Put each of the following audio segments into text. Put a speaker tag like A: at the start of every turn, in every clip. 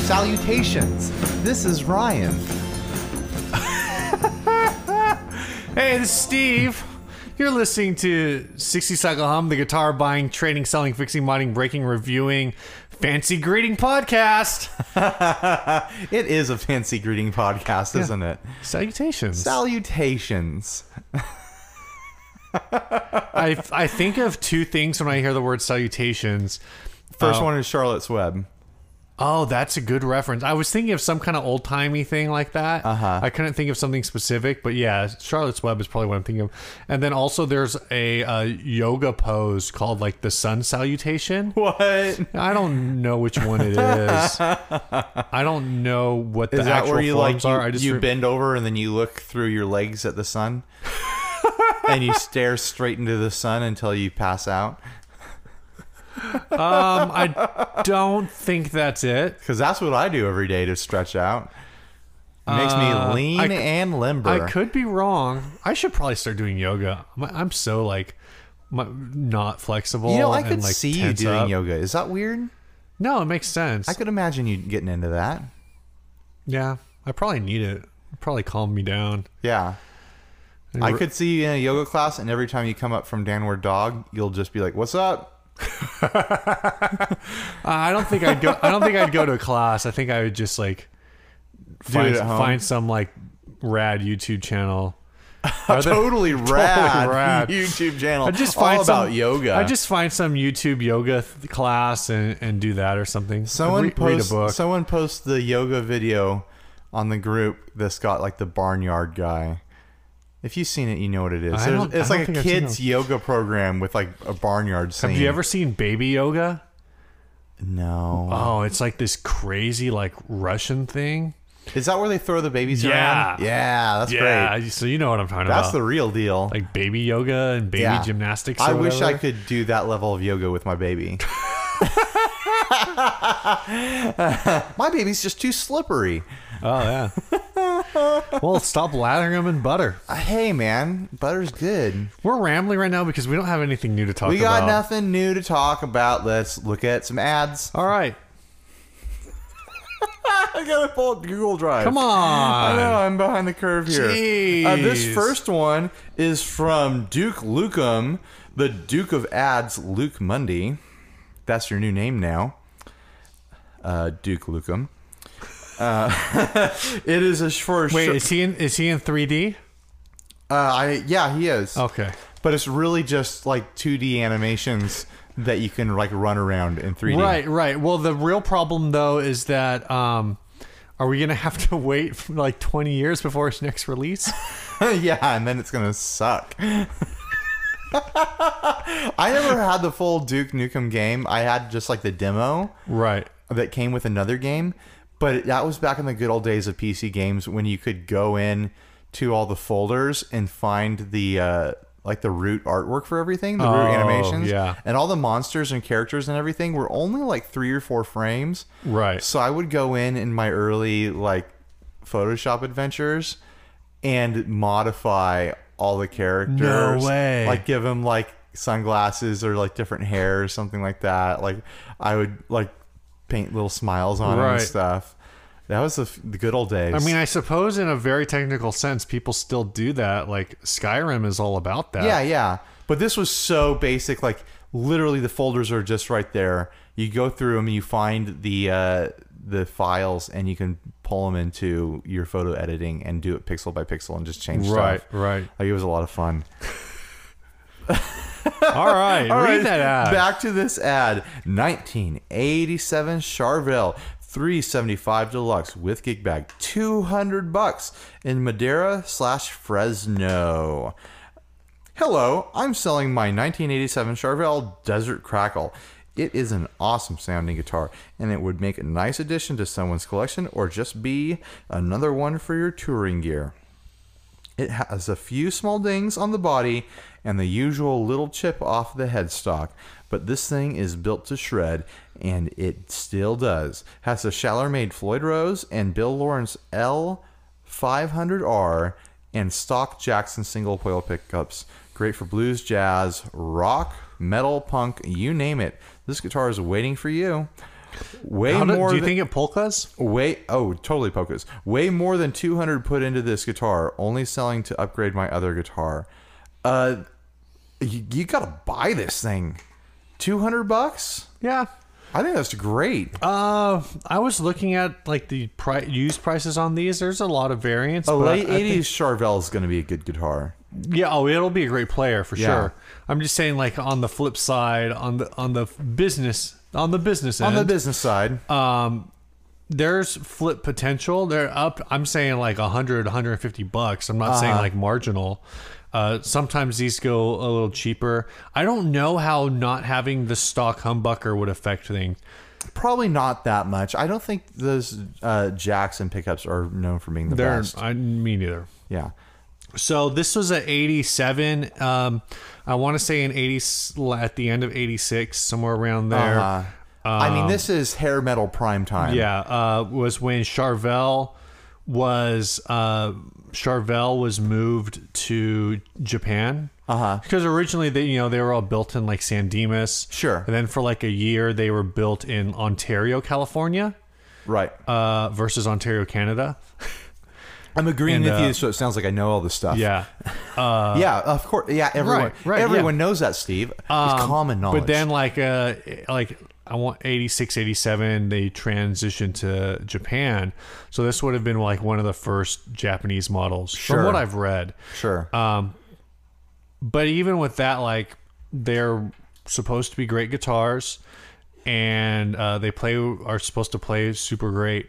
A: Salutations. This is Ryan.
B: Hey, this is Steve. You're listening to 60 Cycle Hum, the guitar buying, trading, selling, fixing, modding, breaking, reviewing, fancy greeting podcast.
A: It is a fancy greeting podcast, isn't it?
B: Salutations.
A: Salutations.
B: I, I think of two things when I hear the word salutations.
A: First one is Charlotte's Web.
B: Oh, that's a good reference. I was thinking of some kind of old timey thing like that.
A: Uh-huh.
B: I couldn't think of something specific, but yeah, Charlotte's Web is probably what I'm thinking of. And then also there's a uh, yoga pose called like the sun salutation.
A: What? Is
B: I don't know which one it is. I don't know what the
A: that
B: actual
A: where you like
B: forms
A: you,
B: are. I just
A: you
B: re-
A: bend over and then you look through your legs at the sun, and you stare straight into the sun until you pass out?
B: um, I don't think that's it.
A: Because that's what I do every day to stretch out. It makes
B: Uh,
A: me lean
B: I c-
A: and limber.
B: I could be wrong. I should probably start doing yoga. My- I'm so like my, not flexible.
A: you know, I
B: and,
A: could
B: like,
A: see you
B: tense
A: doing
B: up.
A: yoga. Is that weird?
B: No, it makes sense.
A: I could imagine you getting into that.
B: yeah, I probably need it. It'd probably calm me down.
A: Yeah. I could see you in a yoga class, and every time you come up from downward dog, you'll just be like, "What's up?"
B: Uh, I don't think I'd go. I don't think I'd go to a class. I think I would just like find,
A: at home.
B: find some like rad YouTube channel. Are there-
A: Totally rad,
B: rad.
A: YouTube channel.
B: I just find
A: all about
B: some,
A: yoga.
B: I just find some YouTube yoga th- class and, and do that or something.
A: someone
B: Re- read a
A: post
B: book.
A: someone post the yoga video on the group that's got like the barnyard guy. If you've seen it, you know what it is.
B: I
A: There's-
B: don't- I
A: it's
B: don't
A: like
B: think
A: a
B: I've seen
A: kids yoga program with like a barnyard scene.
B: Have you ever seen baby yoga?
A: No.
B: Oh, it's like this crazy like Russian thing.
A: Is that where they throw the babies
B: Oh. Yeah.
A: around? Yeah, that's
B: yeah,
A: great.
B: so you know what I'm talking
A: That's
B: about.
A: the real deal.
B: like baby yoga and baby
A: Yeah.
B: gymnastics.
A: I
B: or
A: wish I
B: whatever.
A: could do that level of yoga with my baby. my baby's just too slippery.
B: Oh yeah. well, stop lathering them in butter.
A: Uh, Hey, man, butter's good.
B: We're rambling right now because we don't have anything new to talk
A: We
B: about.
A: got nothing new to talk about. Let's look at some ads.
B: All right,
A: I gotta pull up Google Drive.
B: come
A: I know
B: on.
A: I'm behind the curve here. Uh, this
B: Jeez.
A: first one is from Duke Lucum, the Duke of Ads, Luke Mundy. That's your new name now, uh, Duke Lucum. Uh, it is a sh- for a
B: Wait,
A: short-
B: is he in? Is he in 3D?
A: uh, I yeah he is,
B: Okay.
A: but it's really just like 2D animations that you can like run around in 3D.
B: Right, right. Well, the real problem though is that um, are we gonna have to wait for, like twenty years before its next release?
A: yeah, and then it's gonna suck. I never had the full Duke Nukem game. I had just like the demo.
B: right.
A: that came with another game, but that was back in the good old days of PC games when you could go in to all the folders and find the uh, like the root artwork for everything, the root
B: Oh,
A: animations,
B: yeah.
A: and all the monsters and characters and everything were only like three or four frames.
B: Right.
A: So I would go in in my early like Photoshop adventures and modify all the characters.
B: way.
A: Like give them like sunglasses or like different hair or something like that. Like I would like paint little smiles on 'em
B: Right.
A: and stuff. That was the, f- the good old days.
B: I mean, I suppose in a very technical sense, people still do that. Like Skyrim is all about that.
A: yeah, yeah. But this was so basic. Like literally, the folders are just right there. You go through them, you find the uh, the files, and you can pull them into your photo editing and do it pixel by pixel and just change
B: Right.
A: stuff.
B: Right.
A: Like it was a lot of fun.
B: All right.
A: All
B: read
A: right,
B: that ad.
A: Back to this ad. 1987 Charvel 375 Deluxe with gig bag. 200 bucks in Madeira slash Fresno. Hello, I'm selling my 1987 Charvel Desert Crackle. It is an awesome sounding guitar, and it would make a nice addition to someone's collection or just be another one for your touring gear. It has a few small dings on the body and the usual little chip off the headstock, but this thing is built to shred, and it still does. Has a Shaller-made Floyd Rose and Bill Lawrence L500R and stock Jackson single coil pickups. Great for blues, jazz, rock, metal, punk, you name it. This guitar is waiting for you. Way
B: How do,
A: more
B: do you
A: than-
B: think it polkas?
A: Way oh, totally polkas. Way more than 200 put into this guitar, only selling to upgrade my other guitar. Uh you, you got to buy this thing. 200 bucks?
B: Yeah.
A: I think that's great.
B: Uh, I was looking at like the pri- used prices on these. There's a lot of variance.
A: A
B: but
A: Oh, late
B: I- I
A: 80s Charvel is going to be a good guitar.
B: Yeah, oh, it'll be a great player for
A: Yeah.
B: sure. I'm just saying, like on the flip side, on the on the business on the business
A: On
B: end,
A: the business side,
B: uh, there's flip potential. They're up. I'm saying like 100, 150 bucks. I'm not saying like marginal. Uh, sometimes these go a little cheaper. I don't know how not having the stock humbucker would affect things.
A: probably not that much. I don't think those uh, Jackson pickups are known for being the
B: They're,
A: best.
B: I me neither.
A: Yeah.
B: So this was a 87. Um, I want to say an 80 at the end of 86, somewhere around there.
A: Uh, I mean, this is hair metal prime time.
B: um, Yeah, uh, was when Charvel was uh, Charvel was moved to Japan.
A: Uh-huh.
B: Because originally they you know they were all built in like San Dimas.
A: Sure.
B: And then for like a year they were built in Ontario, California,
A: Right.
B: uh, versus Ontario, Canada.
A: I'm agreeing
B: and,
A: with
B: uh,
A: you, so it sounds like I know all this stuff.
B: Yeah.
A: yeah, of course. Yeah, everyone,
B: Uh, Right, right,
A: everyone knows that, Steve. it's common knowledge.
B: But then like uh like I want 86 87 they transitioned to Japan. So this would have been like one of the first Japanese models
A: Sure.
B: from what I've read.
A: sure,
B: uh, but even with that, like they're supposed to be great guitars, and uh, they play are supposed to play super great.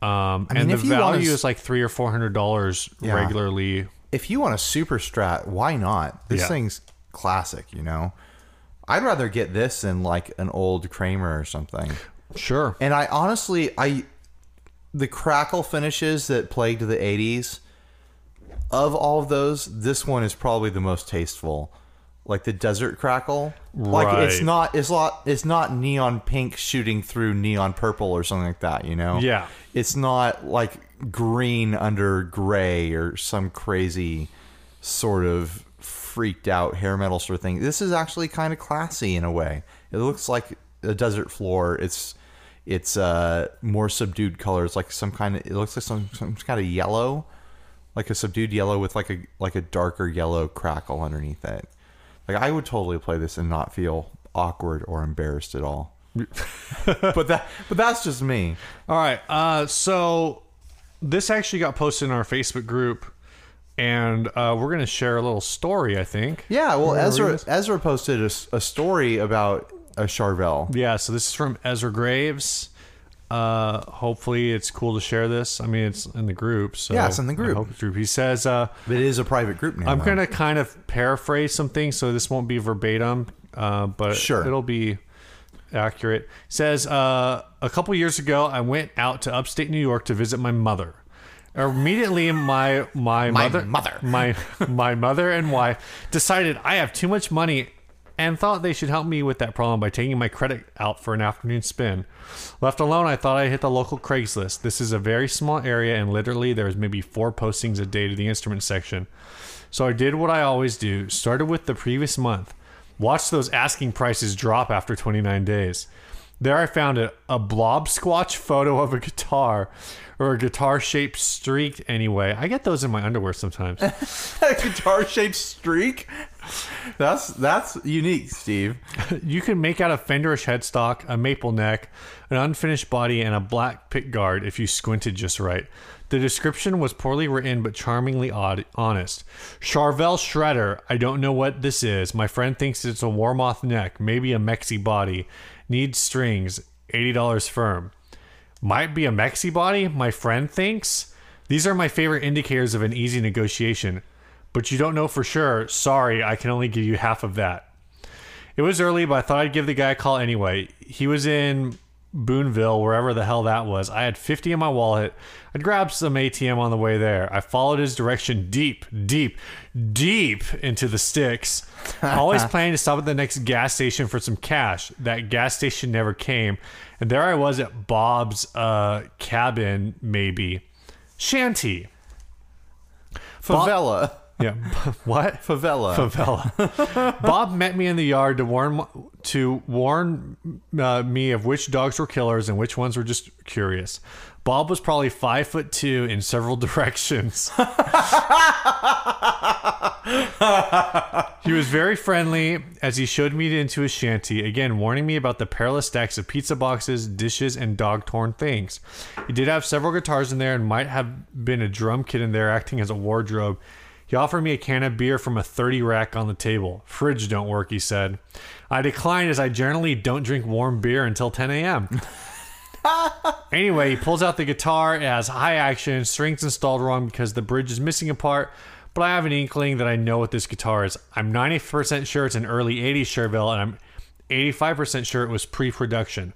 B: Um, and the
A: if you wanna
B: value
A: s-
B: is like three or four hundred dollars
A: Yeah.
B: regularly.
A: if you want a super strat, why not? This
B: Yeah.
A: thing's classic. You know, I'd rather get this than like an old Kramer or something.
B: Sure.
A: And I honestly, I the crackle finishes that plagued the '80s. Of all of those, this one is probably the most tasteful. Like the desert crackle, like it's
B: Right.
A: not it's not it's not neon pink shooting through neon purple or something like that. You know,
B: Yeah.
A: it's not like green under gray or some crazy sort of freaked out hair metal sort of thing. This is actually kind of classy in a way. It looks like a desert floor. It's it's uh more subdued colors, like some kind of it looks like some some kind of yellow, like a subdued yellow with like a like a darker yellow crackle underneath it. Like I would totally play this and not feel awkward or embarrassed at all. but that but that's just me.
B: All right. Uh, so this actually got posted in our Facebook group, and uh, we're gonna share a little story. I think.
A: Yeah, well,
B: wanna read
A: Ezra
B: this?
A: Ezra posted a, s- a story about a Charvel.
B: Yeah, so this is from Ezra Graves. Uh, hopefully, it's cool to share this. I mean, it's in the group. So
A: Yeah, it's in the group.
B: I hope it's group. He says, uh,
A: But it is a private group now.
B: "I'm
A: though.
B: going to kind of paraphrase some things, so this won't be verbatim, uh, but
A: Sure.
B: it'll be accurate." He says, uh, "A couple years ago, I went out to upstate New York to visit my mother. Immediately, my my,
A: My
B: mother,
A: mother.
B: my my mother and wife decided I have too much money and thought they should help me with that problem by taking my credit out for an afternoon spin. Left alone, I thought I hit the local Craigslist. This is a very small area and literally there's maybe four postings a day to the instrument section. So I did what I always do, started with the previous month. Watched those asking prices drop after 29 days. There I found a, a blob squatch photo of a guitar or a guitar shaped streaked anyway. I get those in my underwear sometimes.
A: a guitar shaped streak. That's that's unique, Steve.
B: You can make out a Fenderish headstock, a maple neck, an unfinished body, and a black pick guard if you squinted just right. The description was poorly written but charmingly odd, honest. Charvel Shredder. I don't know what this is. My friend thinks it's a Warmoth neck, maybe a Mexi body. Needs strings. $80 firm. Might be a Mexi body, my friend thinks. These are my favorite indicators of an easy negotiation. But you don't know for sure. Sorry, I can only give you half of that. It was early, but I thought I'd give the guy a call anyway. He was in Boonville, wherever the hell that was. I had 50 in my wallet. I'd grabbed some ATM on the way there. I followed his direction deep, deep, deep into the sticks. Always planning to stop at the next gas station for some cash. That gas station never came. And there I was at Bob's uh, cabin, maybe. Shanty.
A: Favela.
B: Yeah. what?
A: Favela.
B: Favela. Bob met me in the yard to warn to warn uh, me of which dogs were killers and which ones were just curious. Bob was probably five foot two in several directions. he was very friendly as he showed me into his shanty, again warning me about the perilous stacks of pizza boxes, dishes, and dog torn things. He did have several guitars in there and might have been a drum kit in there acting as a wardrobe. He offered me a can of beer from a 30 rack on the table. Fridge don't work, he said. I declined as I generally don't drink warm beer until 10 a.m. anyway, he pulls out the guitar. It has high action, strings installed wrong because the bridge is missing a part. But I have an inkling that I know what this guitar is. I'm 90% sure it's an early 80s Cherville, and I'm 85% sure it was pre production.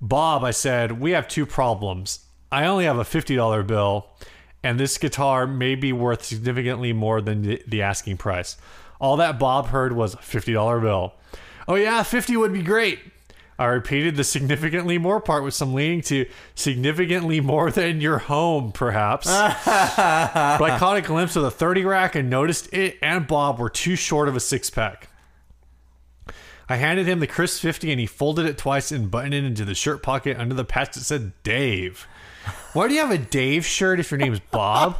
B: Bob, I said, we have two problems. I only have a $50 bill, and this guitar may be worth significantly more than the- the asking price. All that Bob heard was $50 bill. Oh, yeah, 50 would be great. I repeated the significantly more part with some leaning to significantly more than your home, perhaps. but I caught a glimpse of the 30 rack and noticed it and Bob were too short of a six pack. I handed him the crisp 50 and he folded it twice and buttoned it into the shirt pocket under the patch that said Dave. Why do you have a Dave shirt if your name's Bob?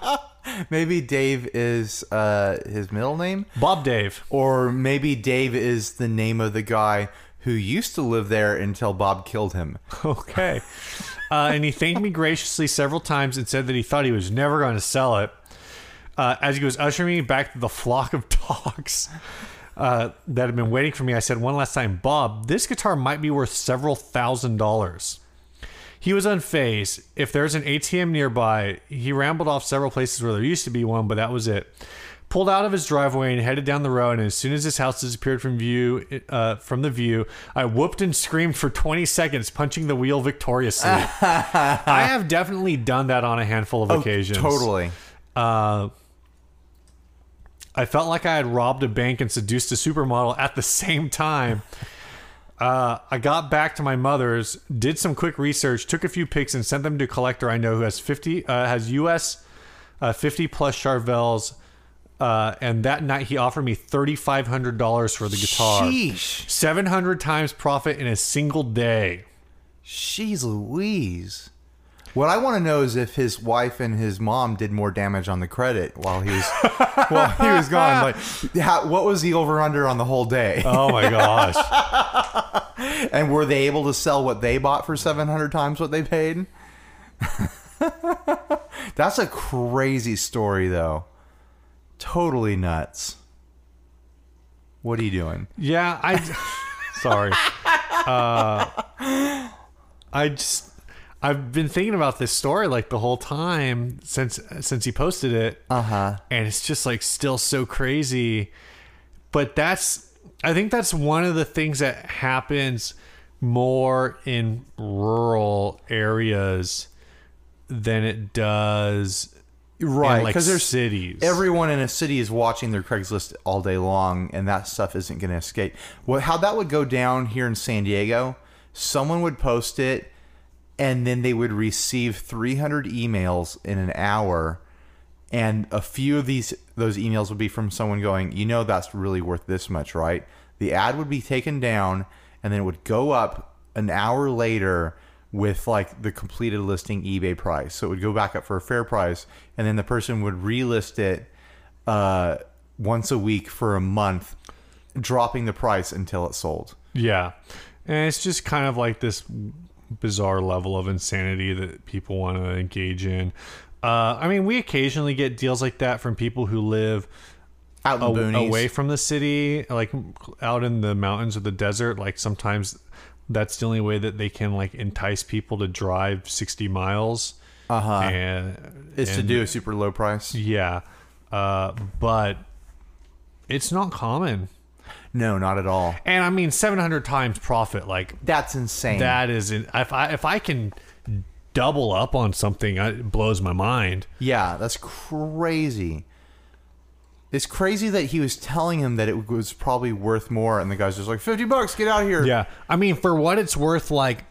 A: Maybe Dave is uh, his middle name,
B: Bob Dave.
A: or maybe Dave is the name of the guy who used to live there until Bob killed him.
B: Okay. Uh, and he thanked me graciously several times and said that he thought he was never going to sell it. Uh, as he was ushering me back to the flock of dogs uh, that had been waiting for me, I said one last time, Bob, this guitar might be worth several thousand dollars. He was unfazed. If there's an ATM nearby, he rambled off several places where there used to be one, but that was it. Pulled out of his driveway and headed down the road. And as soon as his house disappeared from view, uh, from the view, I whooped and screamed for 20 seconds, punching the wheel victoriously. I have definitely done that on a handful of occasions.
A: Oh, Totally.
B: I felt like I had robbed a bank and seduced a supermodel at the same time. Uh, I got back to my mother's, did some quick research, took a few pics, and sent them to a collector I know who has fifty uh, has U.S. Uh, fifty plus Charvels. Uh, and that night he offered me thirty five hundred dollars for the guitar,
A: Sheesh.
B: seven hundred times profit in a single day.
A: She's Louise. What I want to know is if his wife and his mom did more damage on the credit while he was while he was gone. Like, how, what was the over under on the whole day?
B: Oh my gosh!
A: and were they able to sell what they bought for seven hundred times what they paid? That's a crazy story, though. Totally nuts. What are you doing?
B: Yeah, I. sorry. Uh, I just I've been thinking about this story like the whole time since since he posted it,
A: Uh huh.
B: and it's just like still so crazy. But that's I think that's one of the things that happens more in rural areas than it does
A: Right,
B: in like
A: 'cause there's
B: cities.
A: Everyone in a city is watching their Craigslist all day long, and that stuff isn't going to escape. Well, how that would go down here in San Diego, someone would post it, and then they would receive 300 emails in an hour, and a few of these those emails would be from someone going, "You know, that's really worth this much, right?" The ad would be taken down, and then it would go up an hour later with like the completed listing eBay price. So it would go back up for a fair price, and then the person would relist it uh, once a week for a month, dropping the price until it sold.
B: Yeah. And it's just kind of like this bizarre level of insanity that people want to engage in. Uh, I mean, we occasionally get deals like that from people who live
A: Out in the
B: a-
A: boonies.
B: away from the city, like out in the mountains or the desert. Like sometimes that's the only way that they can like entice people to drive 60 miles.
A: Uh-huh.
B: And
A: is to
B: and-
A: do a super low price.
B: Yeah. Uh, but it's not common.
A: No, not at all.
B: And I mean, 700 times profit. Like,
A: That's insane.
B: That is, in- if I if I can double up on something, I- it blows my mind.
A: Yeah, that's crazy. It's crazy that he was telling him that it was probably worth more, and the guy's just like, 50 bucks, get out of here.
B: Yeah, I mean, for what it's worth, like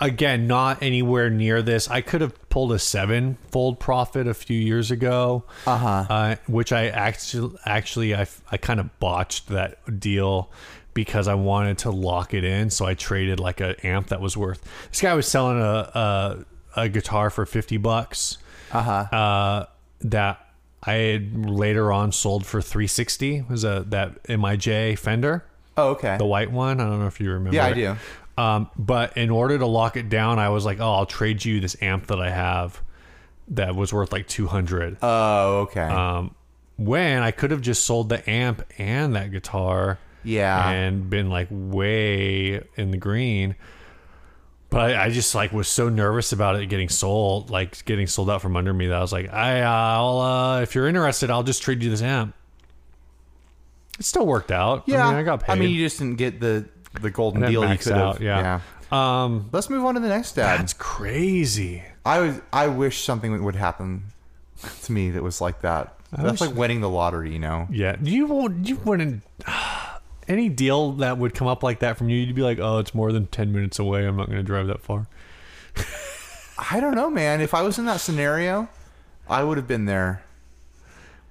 B: again, not anywhere near this. I could have pulled a seven-fold profit a few years ago,
A: Uh-huh.
B: uh, which I actually actually I, f- I kind of botched that deal because I wanted to lock it in, so I traded like an amp that was worth. This guy was selling a a, a guitar for fifty bucks
A: Uh-huh.
B: uh, that I had later on sold for three sixty. Was a that MIJ Fender,
A: Oh, okay.
B: the white one. I don't know if you remember.
A: Yeah, I
B: it.
A: do.
B: Um, but in order to lock it down, I was like, "Oh, I'll trade you this amp that I have that was worth like 200."
A: Oh, okay.
B: Um, when I could have just sold the amp and that guitar
A: yeah.
B: and been like way in the green. But I, I just like was so nervous about it getting sold, like getting sold out from under me that I was like, "I, uh, I'll, uh, if you're interested, I'll just trade you this amp." It still worked out.
A: yeah.
B: I mean, I got paid.
A: I mean, you just didn't get the the golden
B: That
A: deal you
B: maxed
A: could have.
B: out, yeah. um,
A: Let's move on to the next ad.
B: That's crazy.
A: I was I wish something would happen to me that was like that. That's like winning the lottery, you know.
B: Yeah, you won't. You wouldn't. Any deal that would come up like that from you, you'd be like, "Oh, it's more than ten minutes away. I'm not going to drive that far."
A: I don't know, man. If I was in that scenario, I would have been there.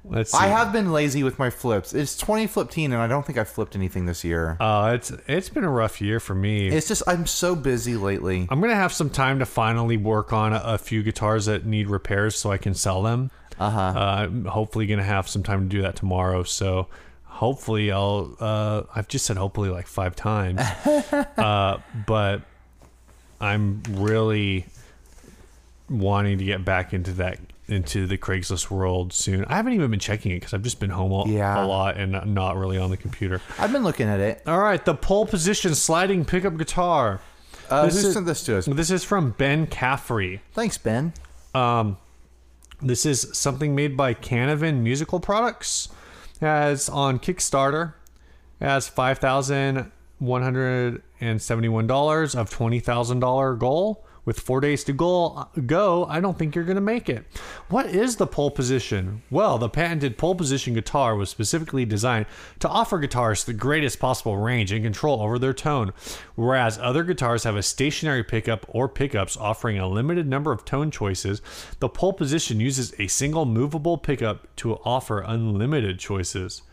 B: Let's. See.
A: I have been lazy with my flips. It's 2015 and I don't think I flipped anything this year.
B: Uh, it's it's been a rough year for me.
A: It's just I'm so busy lately.
B: I'm gonna have some time to finally work on a, a few guitars that need repairs so I can sell them.
A: Uh-huh.
B: Uh, I'm hopefully gonna have some time to do that tomorrow. So hopefully I'll. Uh, I've just said hopefully like five times, uh, but I'm really wanting to get back into that into the Craigslist world soon. I haven't even been checking it because I've just been home a,
A: Yeah.
B: a lot and not- not really on the computer.
A: I've been looking at it.
B: All right, the pole position sliding pickup guitar.
A: Uh, who
B: This is-
A: sent this to us?
B: This is from Ben Caffrey.
A: Thanks, Ben.
B: This is something made by Canavan Musical Products. As on Kickstarter, as five thousand one hundred and seventy-one dollars of twenty thousand dollar goal. With four days to goal, uh, go, I don't think you're going to make it. What is the pole position? Well, the patented pole position guitar was specifically designed to offer guitarists the greatest possible range and control over their tone, whereas other guitars have a stationary pickup or pickups offering a limited number of tone choices. The pole position uses a single movable pickup to offer unlimited choices.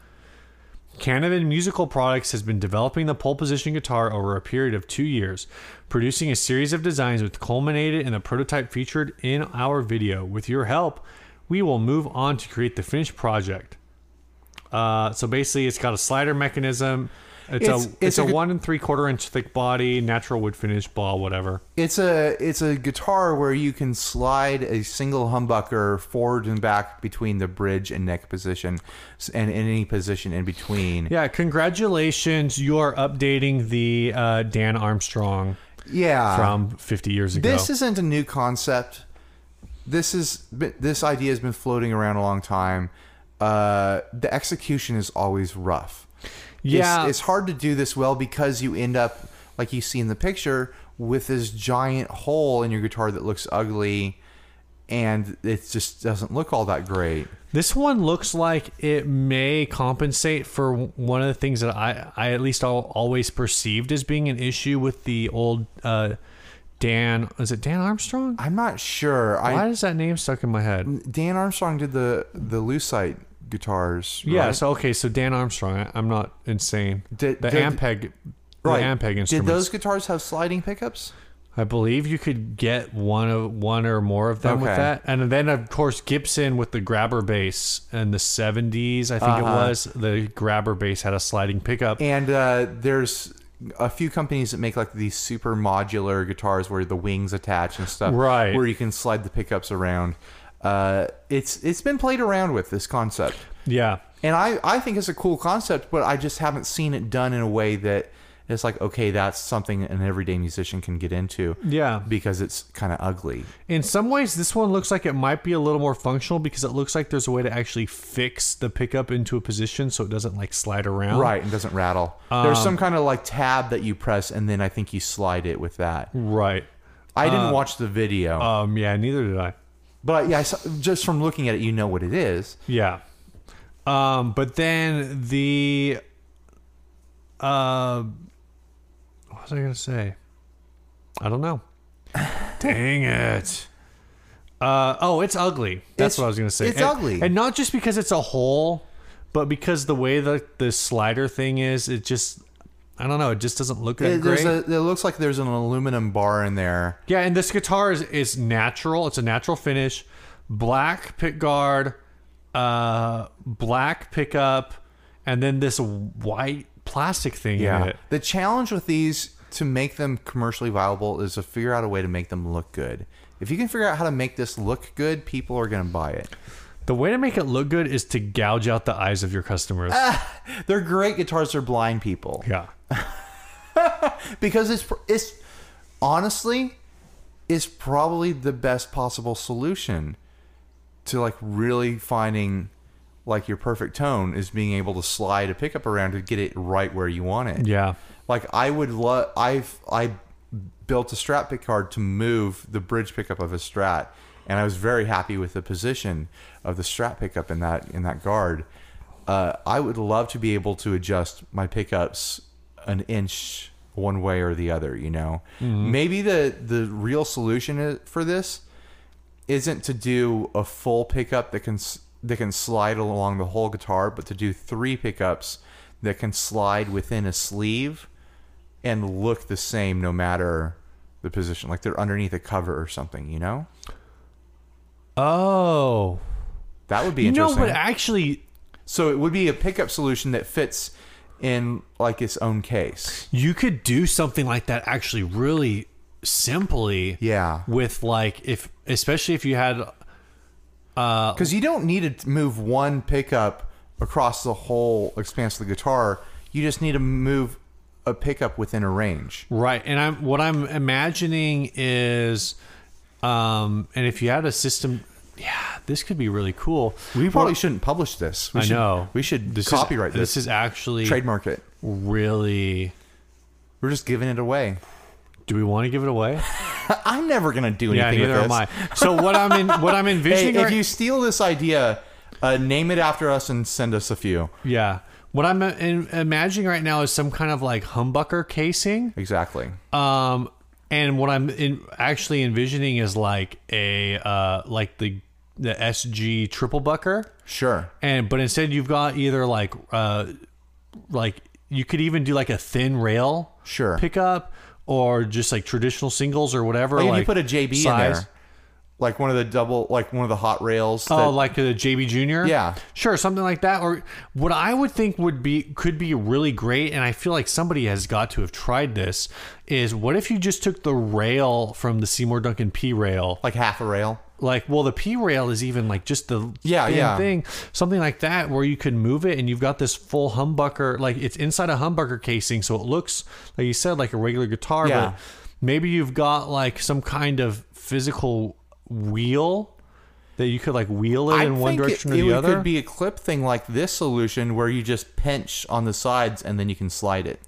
B: Canavan Musical Products has been developing the pole position guitar over a period of two years, producing a series of designs which culminated in the prototype featured in our video. With your help, we will move on to create the finished project. Uh, so basically, it's got a slider mechanism. It's,
A: It's-
B: a
A: it's
B: it's,
A: a
B: a,
A: gu-
B: one and three quarter inch thick body, natural wood finish, blah whatever.
A: It's a it's a guitar where you can slide a single humbucker forward and back between the bridge and neck position, s- and in any position in between.
B: Yeah, congratulations! You are updating the uh, Dan Armstrong
A: Yeah.
B: from 50 years ago.
A: this isn't a new concept. This is this idea has been floating around a long time. Uh, the execution is always rough.
B: yeah,
A: it's, it's hard to do this well because you end up like you see in the picture with this giant hole in your guitar that looks ugly, and it just doesn't look all that great.
B: This one looks like it may compensate for one of the things that I, I at least al always perceived as being an issue with the old uh, Dan. Is it Dan Armstrong?
A: I'm not sure.
B: Why
A: I
B: is that name stuck in my head?
A: Dan Armstrong did the the Lucite guitars.
B: Yeah.
A: right?
B: So okay. So Dan Armstrong. I, I'm not insane.
A: Did-
B: the
A: did-
B: Ampeg. The
A: right.
B: Ampeg
A: Did
B: instruments.
A: those guitars have sliding pickups?
B: I believe you could get one of one or more of them with
A: Okay.
B: that, and then of course Gibson with the grabber bass in the '70s. I think it
A: Uh-huh.
B: was the grabber bass had a sliding pickup.
A: And uh, there's a few companies that make like these super modular guitars where the wings attach and stuff,
B: Right.
A: Where you can slide the pickups around. Uh, it's it's been played around with this concept,
B: Yeah.
A: and I I think it's a cool concept, but I just haven't seen it done in a way that it's like okay, that's something an everyday musician can get into.
B: Yeah.
A: Because it's kind of ugly.
B: In some ways, this one looks like it might be a little more functional because it looks like there's a way to actually fix the pickup into a position so it doesn't like slide around.
A: Right, and doesn't rattle. There's some kind of like tab that you press, and then I think you slide it with that.
B: Right.
A: I didn't watch the video,
B: Um. Yeah. Neither did I.
A: but yeah, I saw, just from looking at it, you know what it is.
B: Yeah. Um. But then the. Uh. What was I gonna say? I don't know. Dang it. Uh, oh, it's ugly. That's
A: It's-
B: what I was going to say.
A: it's
B: And-
A: ugly.
B: And not just because it's a hole, but because the way the, the slider thing is, it just, I don't know, it just doesn't look that
A: It,
B: great.
A: there's a, it looks like there's an aluminum bar in there.
B: yeah, and this guitar is, is natural. It's a natural finish. Black pick guard, uh, black pickup, and then this white plastic thing in it.
A: The challenge with these to make them commercially viable is to figure out a way to make them look good. If you can figure out how to make this look good, people are going to buy it.
B: The way to make it look good is to gouge out the eyes of your customers.
A: Ah. They're great guitars for blind people
B: yeah.
A: because it's pr- it's honestly it's probably the best possible solution to like really finding like your perfect tone is being able to slide a pickup around to get it right where you want it.
B: Yeah.
A: Like I would love. I've I built a Strat pick card to move the bridge pickup of a Strat, and I was very happy with the position of the Strat pickup in that in that guard. Uh, I would love to be able to adjust my pickups an inch one way or the other. You know, maybe the the real solution i- for this isn't to do a full pickup that can s- that can slide along the whole guitar, but to do three pickups that can slide within a sleeve and look the same no matter the position, like they're underneath a cover or something. You know,
B: Oh.
A: that would be
B: No,
A: interesting.
B: but actually,
A: so it would be a pickup solution that fits in like its own case.
B: you could do something like that actually really simply.
A: Yeah,
B: With like, if, especially if you had,
A: because you don't need to t- move one pickup across the whole expanse of the guitar. You just need to move a pickup within a range.
B: right. And I'm, what I'm imagining is, um, and if you had a system, yeah, this could be really cool.
A: We probably shouldn't publish this. We
B: I
A: should,
B: know.
A: We should
B: This is-
A: copyright this,
B: This is actually
A: trademark it.
B: really.
A: We're just giving it away.
B: Do we want to give it away?
A: I'm never gonna do
B: Yeah,
A: anything.
B: neither
A: with
B: am
A: this.
B: I. So what I'm in, what I'm
A: Hey,
B: envisioning,
A: if
B: right-
A: you steal this idea, uh, name it after us and send us a few.
B: yeah, what I'm uh, in, imagining right now is some kind of like humbucker casing.
A: Exactly.
B: Um, and what I'm in, actually envisioning is like a uh, like the the SG triple bucker,
A: Sure.
B: and but instead you've got either like uh, like you could even do like a thin rail
A: Sure.
B: pickup or just like traditional singles or whatever.
A: Like,
B: Like,
A: if Oh, you put a JB in
B: size.
A: there, like one of the double, like one of the hot rails.
B: Oh,
A: that-
B: like the JB Junior.
A: Yeah.
B: sure, something like that. Or what I would think would be could be really great, and I feel like somebody has got to have tried this. Is what if you just took the rail from the Seymour Duncan P rail?
A: like half a rail.
B: Like, well, the P rail is even like just the
A: Yeah,
B: thin
A: yeah.
B: thing, something like that, where you could move it, and you've got this full humbucker. Like it's inside a humbucker casing, so it looks like you said like a regular guitar.
A: Yeah.
B: But maybe you've got like some kind of physical wheel. That you could like wheel it
A: I
B: in one
A: think
B: direction
A: it,
B: or the
A: it would-
B: other.
A: could be a clip thing like this solution where you just pinch on the sides and then you can slide it.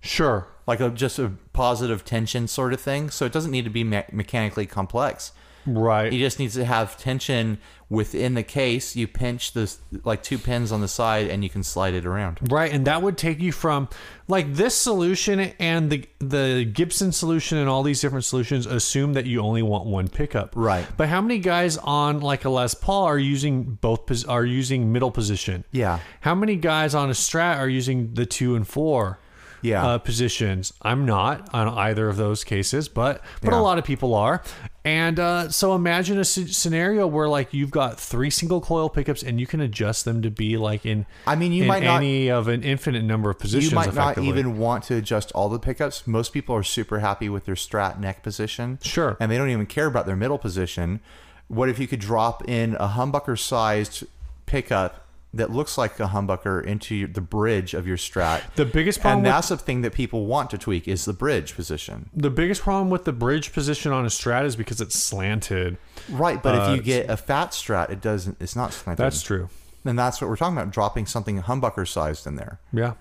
B: Sure.
A: Like a, just a positive tension sort of thing. So it doesn't need to be me- mechanically complex.
B: Right.
A: You just need to have tension within the case. You pinch this like two pins on the side and you can slide it around.
B: Right, and that would take you from like this solution and the the Gibson solution and all these different solutions assume that you only want one pickup.
A: Right.
B: But how many guys on like a Les Paul are using both pos- are using middle position?
A: Yeah.
B: How many guys on a Strat are using the 2 and 4?
A: Yeah.
B: Uh, positions. I'm not on either of those cases, but but
A: Yeah.
B: a lot of people are. And uh, so imagine a sc- scenario where like you've got three single coil pickups and you can adjust them to be like in
A: I mean, you
B: in
A: might not-
B: any of an infinite number of positions.
A: you might not
B: effectively.
A: even want to adjust all the pickups. Most people are super happy with their strat neck position.
B: Sure.
A: And they don't even care about their middle position. What if you could drop in a humbucker sized pickup that looks like a humbucker into your, the bridge of your strat?
B: The biggest problem
A: and
B: with-
A: that's the thing that people want to tweak is the bridge position.
B: the biggest problem with the bridge position on a strat is because it's slanted.
A: Right, but
B: Uh,
A: if you get a fat strat, it doesn't it's not slanted.
B: That's true.
A: and that's what we're talking about, dropping something humbucker sized in there.
B: Yeah.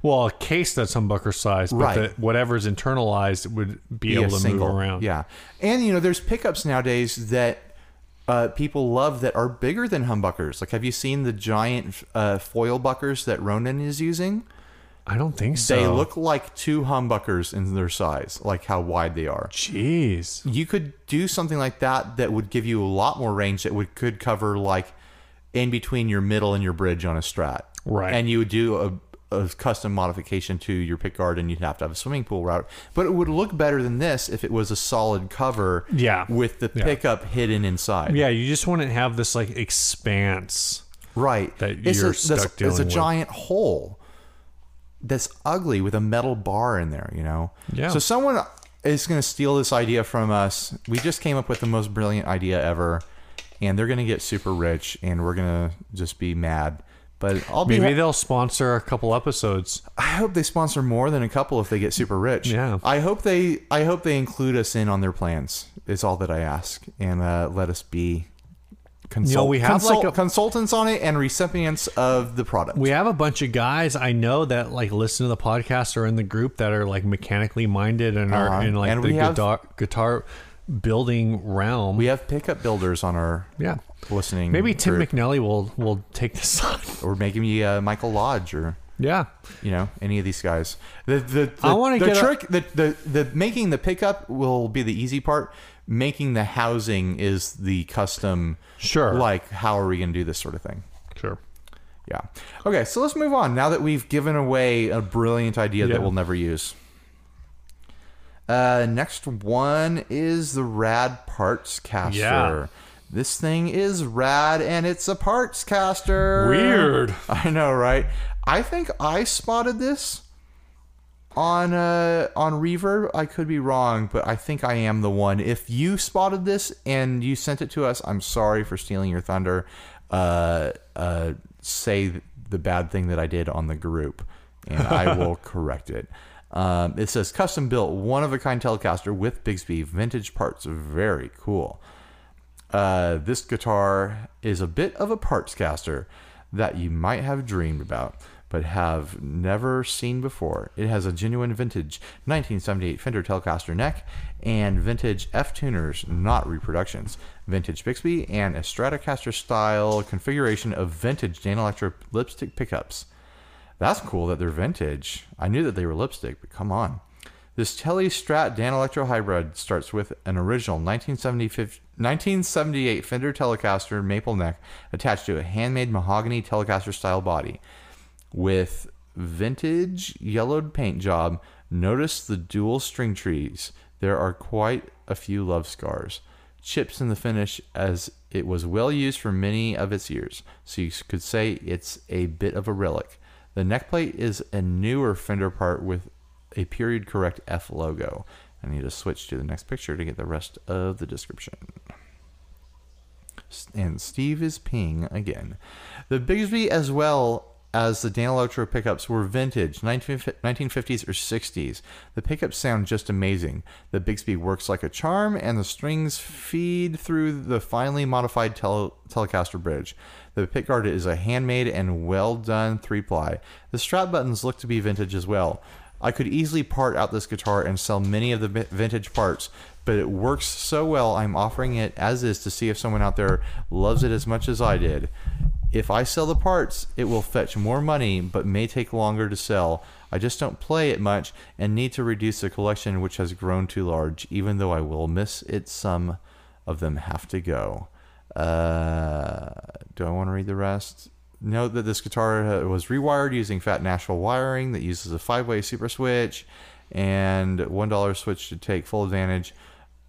B: Well, a case that's humbucker size, but
A: Right.
B: that whatever's internalized would be,
A: be
B: able
A: a
B: to
A: single.
B: move around.
A: Yeah, and you know, there's pickups nowadays that uh, people love that are bigger than humbuckers. Like, have you seen the giant uh, foil buckers that Ronan is using?
B: I don't think so.
A: They look like two humbuckers in their size, like how wide they are.
B: Jeez.
A: You could do something like that that would give you a lot more range that would could cover like in between your middle and your bridge on a strat.
B: Right.
A: And you would do a a custom modification to your pick guard and you'd have to have a swimming pool route. But it would look better than this if it was a solid cover
B: Yeah.
A: with the
B: Yeah.
A: pickup hidden inside.
B: Yeah, you just wouldn't have this like expanse.
A: Right.
B: that
A: it's
B: you're
A: a, that's-
B: stuck
A: It's a
B: dealing with.
A: giant hole that's ugly with a metal bar in there, you know?
B: Yeah.
A: So someone is going to steal this idea from us. We just came up with the most brilliant idea ever, and they're going to get super rich, and we're going to just be mad. But I'll be.
B: Maybe they'll sponsor a couple episodes.
A: I hope they sponsor more than a couple if they get super rich.
B: Yeah.
A: I hope they. I hope they include us in on their plans. Is all that I ask, and uh, let us be. Consult-
B: we have
A: consult-
B: like a-
A: consultants on it and recipients of the product.
B: We have a bunch of guys I know that like listen to the podcast or in the group that are like mechanically minded and
A: Uh-huh.
B: are in like
A: And
B: the
A: we have-
B: guitar guitar building realm.
A: We have pickup builders on our
B: yeah.
A: listening.
B: Maybe Tim
A: group,
B: McNally will will take this on.
A: or maybe me, uh, Michael Lodge or
B: yeah.
A: you know any of these guys. The the, the
B: I wanna
A: the
B: get a-
A: trick the, the the making the pickup will be the easy part. Making the housing is the custom.
B: Sure.
A: Like how are we going to do this sort of thing?
B: Sure.
A: Yeah. Okay, so let's move on. Now that we've given away a brilliant idea
B: Yeah.
A: that we'll never use. Uh, next one is the Rad Parts Caster.
B: Yeah.
A: This thing is rad and it's a parts caster.
B: Weird.
A: I know, right? I think I spotted this on uh on Reverb. I could be wrong, but I think I am the one. If you spotted this and you sent it to us, I'm sorry for stealing your thunder. Uh, uh, say the bad thing that I did on the group, and I will correct it. Um, it says custom built, one of a kind Telecaster with Bigsby vintage parts. Very cool. Uh, this guitar is a bit of a parts caster that you might have dreamed about, but have never seen before. It has a genuine vintage 1978 Fender Telecaster neck and vintage F tuners, not reproductions, vintage Bixby, and a Stratocaster style configuration of vintage Dan Electro lipstick pickups. That's cool that they're vintage. I knew that they were lipstick, but come on. This Tele Strat Dan Electro Hybrid starts with an original 1975 1978 Fender Telecaster maple neck attached to a handmade mahogany Telecaster style body with vintage yellowed paint job. Notice the dual string trees. There are quite a few love scars. Chips in the finish as it was well used for many of its years, so you could say it's a bit of a relic. The neckplate is a newer fender part with a period correct F logo. I need to switch to the next picture to get the rest of the description. S- And Steve is ping again. The Bigsby, as well as the Dan Electro pickups, were vintage 19, 1950s or 60s. The pickups sound just amazing. The Bigsby works like a charm, and the strings feed through the finely modified tel- Telecaster bridge. The pickguard is a handmade and well done three ply. The strap buttons look to be vintage as well. I could easily part out this guitar and sell many of the vi- vintage parts, but it works so well. I'm offering it as is to see if someone out there loves it as much as I did. If I sell the parts, it will fetch more money, but may take longer to sell. I just don't play it much and need to reduce the collection, which has grown too large, even though I will miss it. Some of them have to go. Uh, do I want to read the rest? Note that this guitar uh, was rewired using fat Nashville wiring that uses a five-way super switch and $1 switch to take full advantage.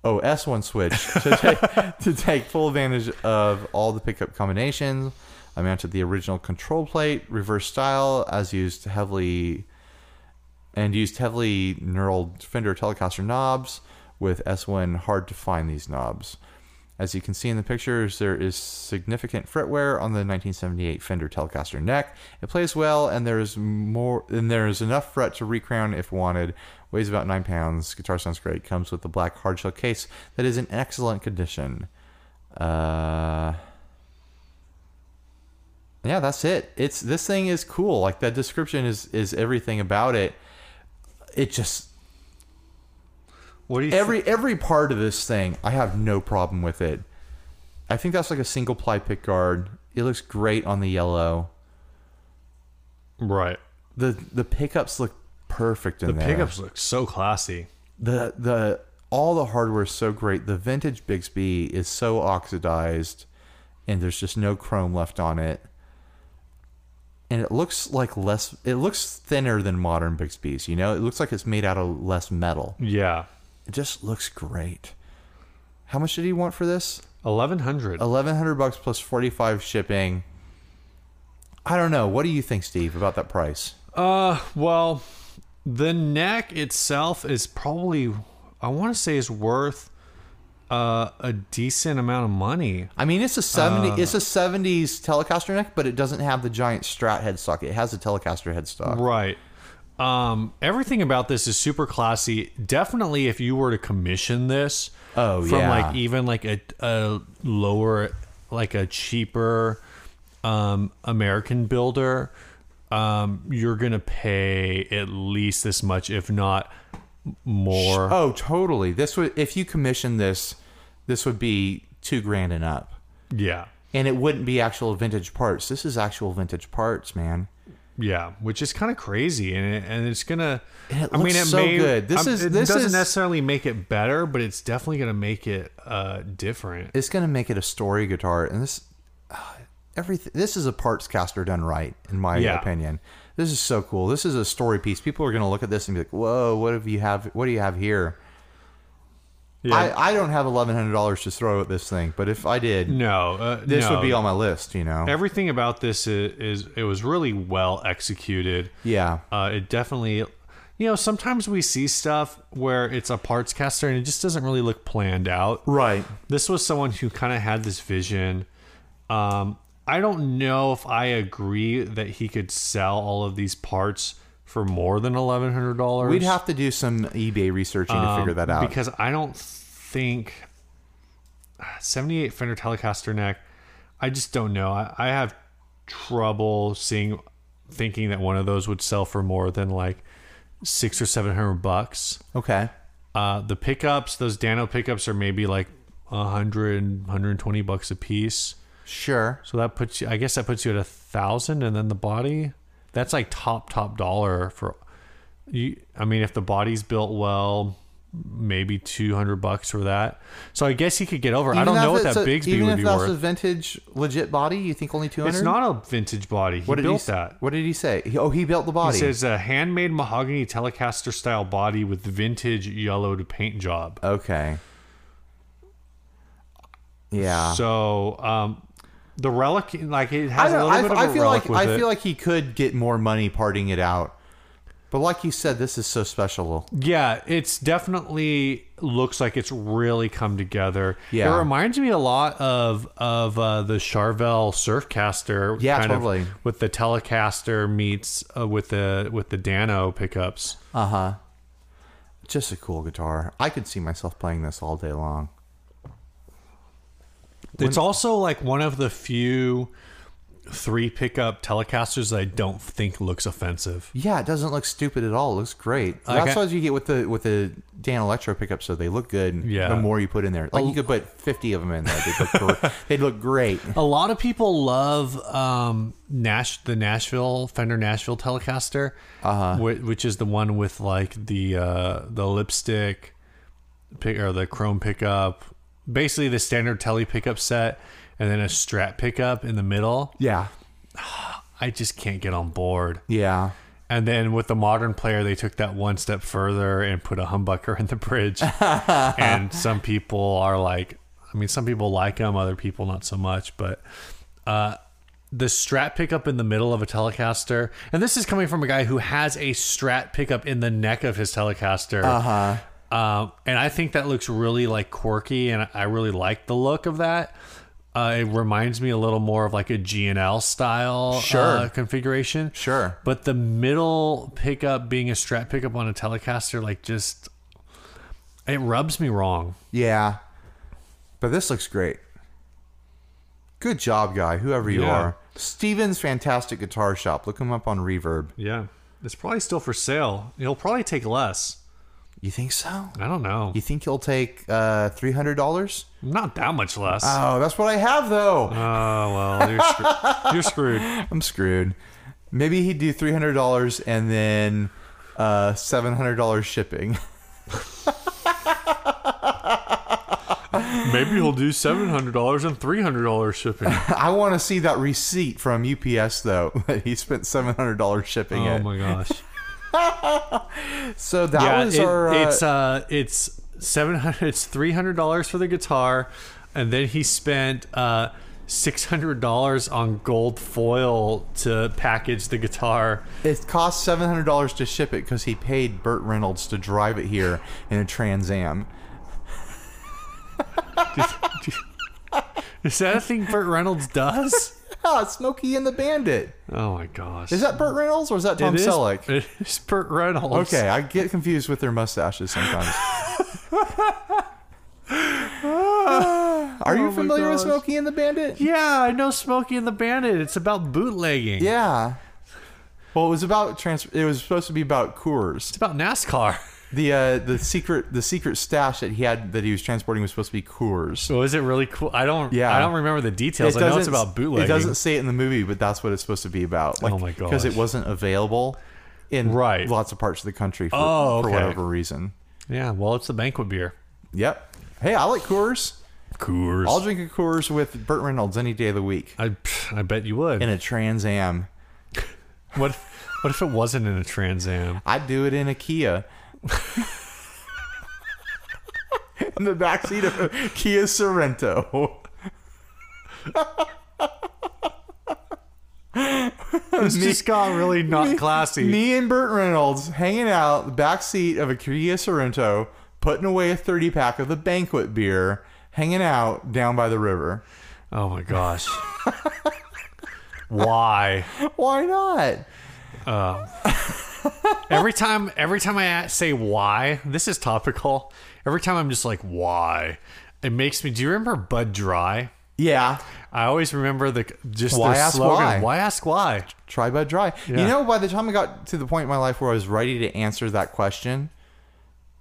A: Oh, S1 switch to take, to take full advantage of all the pickup combinations. I mounted the original control plate, reverse style, as used heavily and used heavily knurled Fender Telecaster knobs with S1 hard to find these knobs. As you can see in the pictures, there is significant fretwear on the 1978 Fender Telecaster neck. It plays well, and there is more, and there is enough fret to recrown if wanted. Weighs about nine pounds. Guitar sounds great. Comes with the black hardshell case that is in excellent condition. Uh, yeah, that's it. It's this thing is cool. Like that description is is everything about it. It just
B: What do you
A: every every part of this thing, I have no problem with it. I think that's like a single ply pick guard. It looks great on the yellow.
B: thi- right?
A: the the pickups look perfect in
B: The
A: there.
B: pickups look so classy.
A: the the all the hardware is so great. The vintage Bixby is so oxidized, and there's just no chrome left on it. And it looks like less. It looks thinner than modern Bixby's. You know, it looks like it's made out of less metal.
B: Yeah.
A: It just looks great. How much did he want for this?
B: 1100.
A: Eleven hundred bucks plus forty five shipping. I don't know. What do you think, Steve, about that price?
B: Uh, well, the neck itself is probably I want to say is worth uh, a decent amount of money.
A: I mean, it's a seventy. it's a seventies Telecaster neck, but it doesn't have the giant Strat headstock. It has a Telecaster headstock.
B: Right. Um, everything about this is super classy. Definitely, if you were to commission this,
A: Oh,
B: from
A: yeah.
B: like even like a, a lower, like a cheaper um, American builder, um, you're gonna pay at least this much, if not more.
A: Oh, totally. This would if you commissioned this, this would be two grand and up,
B: Yeah,
A: and it wouldn't be actual vintage parts. This is actual vintage parts, man.
B: yeah, which is kind of crazy, and it, and it's gonna.
A: And it
B: I mean,
A: looks
B: it
A: so
B: may,
A: good. This is-
B: it
A: this
B: doesn't
A: is-
B: necessarily make it better, but it's definitely gonna make it uh, different.
A: It's gonna make it a story guitar, and this ah, everything. This is a parts caster done right, in my
B: Yeah.
A: opinion. This is so cool. This is a story piece. People are gonna look at this and be like, "Whoa, what have you have? What do you have here?"
B: Yeah.
A: I, I don't have eleven hundred dollars to throw at this thing, but if I did,
B: No, uh,
A: this
B: no.
A: would be on my list. You know,
B: Everything about this is, is it was really well executed.
A: yeah.
B: Uh, it definitely, you know, sometimes we see stuff where it's a parts caster and it just doesn't really look planned out.
A: Right.
B: This was someone who kind of had this vision. Um, I don't know if I agree that he could sell all of these parts for more than eleven hundred dollars.
A: We'd have to do some eBay researching to figure that out.
B: because I don't think uh, seventy-eight Fender Telecaster neck. I just don't know. I, I have trouble seeing, thinking that one of those would sell for more than like six or seven hundred bucks.
A: okay.
B: Uh, the pickups, those Dano pickups, are maybe like 100, 120 bucks a piece.
A: Sure.
B: So that puts you. I guess that puts you at a thousand, and then the body. That's like top top dollar for you. I mean, if the body's built well, maybe two hundred bucks for that. So I guess he could get over. it. I
A: Even
B: don't know
A: if
B: what
A: it's
B: that
A: a-
B: Bigsby
A: even
B: would
A: if
B: be
A: that's a
B: worth.
A: vintage legit body, you think only two hundred?
B: it's not a vintage body. He
A: What did
B: built
A: he,
B: that.
A: What did he say? He- oh, he built the body.
B: It says a handmade mahogany Telecaster style body with vintage yellowed paint job.
A: okay. Yeah.
B: So um, the relic, like it
A: Ah. I,
B: has a
A: don't-
B: little
A: I,
B: bit of
A: I
B: a
A: feel
B: relic
A: like
B: with
A: I
B: it.
A: feel like he could get more money parting it out, but like you said, this is so special.
B: Yeah, it's definitely looks like it's really come together.
A: Yeah.
B: it reminds me a lot of of uh, the Charvel Surfcaster.
A: Yeah,
B: kind of,
A: totally.
B: with the Telecaster meets uh, with the with the Dano pickups.
A: Uh huh. Just a cool guitar. I could see myself playing this all day long.
B: it's also like one of the few three pickup Telecasters that I don't think looks offensive.
A: Yeah, it doesn't look stupid at all. It looks great.
B: Like
A: That's
B: I-
A: what you get with the with the Dan Electro pickups. So they look good.
B: Yeah.
A: The more you put in there, like you could put fifty of them in there. They'd look, gr- they'd look great.
B: A lot of people love um, Nash, the Nashville Fender Nashville Telecaster, uh-huh. which, is the one with like the uh, the lipstick pick or the chrome pickup, basically the standard Tele pickup set, and then a Strat pickup in the middle.
A: Yeah.
B: I just can't get on board.
A: Yeah.
B: And then with the modern player, they took that one step further and put a humbucker in the bridge. and some people are like, I mean, some people like them, other people not so much. But uh, the Strat pickup in the middle of a Telecaster, and this is coming from a guy who has a Strat pickup in the neck of his Telecaster. Uh
A: Uh-huh.
B: huh. Um, and I think that looks really like quirky, and I really like the look of that. Uh, it reminds me a little more of like a GNL style
A: Sure.
B: uh, configuration.
A: Sure.
B: But the middle pickup being a strat pickup on a Telecaster, like just it rubs me wrong.
A: Yeah. But this looks great. Good job, guy. Whoever you
B: Yeah.
A: are. Steven's Fantastic Guitar Shop. Look him up on Reverb.
B: Yeah, it's probably still for sale. It'll probably take less.
A: You think so?
B: I don't know,
A: You think he'll take uh, three hundred dollars?
B: not that much less. Oh Uh.
A: Oh, that's what I have though.
B: well, you're, screw- you're screwed.
A: I'm screwed. Maybe he'd do three hundred dollars and then uh, seven hundred dollars shipping.
B: Maybe he'll do seven hundred dollars and three hundred dollars shipping.
A: I want to see that receipt from UPS though that he spent seven hundred dollars shipping
B: oh
A: it.
B: my gosh!
A: So that
B: yeah,
A: was
B: it-
A: our. Uh,
B: it's uh, it's seven hundred. It's three hundred dollars for the guitar, and then he spent uh, six hundred dollars on gold foil to package the guitar.
A: it cost seven hundred dollars to ship it because he paid Burt Reynolds to drive it here in a Trans Am.
B: Is that a thing Burt Reynolds does?
A: Ah, Smokey and the Bandit.
B: Oh my gosh!
A: Is that Burt Reynolds or is that
B: It
A: Tom
B: is-
A: Selleck?
B: It is Burt Reynolds.
A: Okay, I get confused with their mustaches sometimes. Are
B: Oh
A: you
B: my
A: familiar with
B: gosh.
A: Smokey and the Bandit?
B: Yeah, I know Smokey and the Bandit. It's about bootlegging.
A: Yeah. Well, it was about trans. It was supposed to be about Coors.
B: It's about NASCAR.
A: The uh, the secret the secret stash that he had that he was transporting was supposed to be Coors.
B: So is it really cool? I don't.
A: Yeah.
B: I don't remember the details. I know it's about bootlegging.
A: It doesn't say it in the movie, but that's what it's supposed to be about. Like,
B: Oh my
A: Because it
B: gosh.
A: wasn't available in
B: Right.
A: lots of parts of the country for,
B: Oh,
A: for
B: okay.
A: whatever reason.
B: Yeah. Well, it's the banquet beer.
A: Yep. Hey, I like Coors.
B: Coors.
A: I'll drink a Coors with Burt Reynolds any day of the week
B: I, pff, I bet you would.
A: in a Trans Am.
B: what if, what if it wasn't in a Trans Am?
A: I'd do it in a Kia. in the backseat of a Kia Sorrento.
B: This just got really not classy.
A: Me and Burt Reynolds hanging out the backseat of a Kia Sorrento, putting away a 30 pack of the banquet beer, hanging out down by the river.
B: Oh my gosh. Why?
A: Why not?
B: Every time, every time I a- say why, this is topical. Every time I'm just like why. It makes me. Do you remember Bud Dry?
A: Yeah.
B: I always remember the just
A: Why
B: their
A: ask
B: slogan.
A: why?
B: ask why?
A: Try by dry. You
B: Yeah.
A: know, by the time I got to the point in my life where I was ready to answer that question,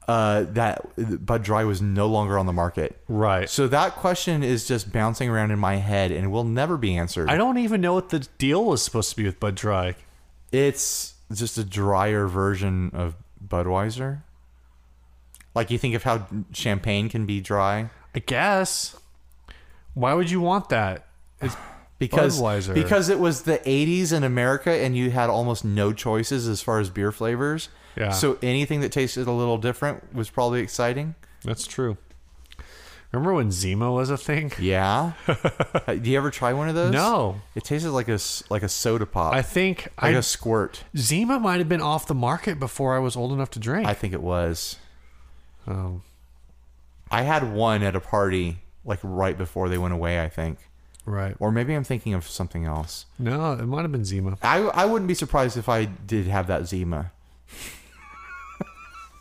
A: uh, that Bud Dry was no longer on the market.
B: Right.
A: So that question is just bouncing around in my head and will never be answered.
B: I don't even know what the deal was supposed to be with Bud Dry.
A: it's just a drier version of Budweiser. Like you think of how champagne can be dry
B: I guess. Why would you want that? It's
A: because
B: Budweiser.
A: because it was the 80s in America and you had almost no choices as far as beer flavors.
B: Yeah.
A: So anything that tasted a little different was probably exciting.
B: that's true. Remember when Zima was a thing?
A: Yeah. Uh, Do you ever try one of those?
B: No,
A: It tasted like a s- like a soda pop.
B: I think I,
A: like a squirt.
B: Zima might have been off the market before I was old enough to drink.
A: I think it was.
B: oh,
A: I had one at a party like right before they went away, I think.
B: right.
A: Or maybe I'm thinking of something else.
B: No, it might have been Zima.
A: I I wouldn't be surprised if I did have that Zima.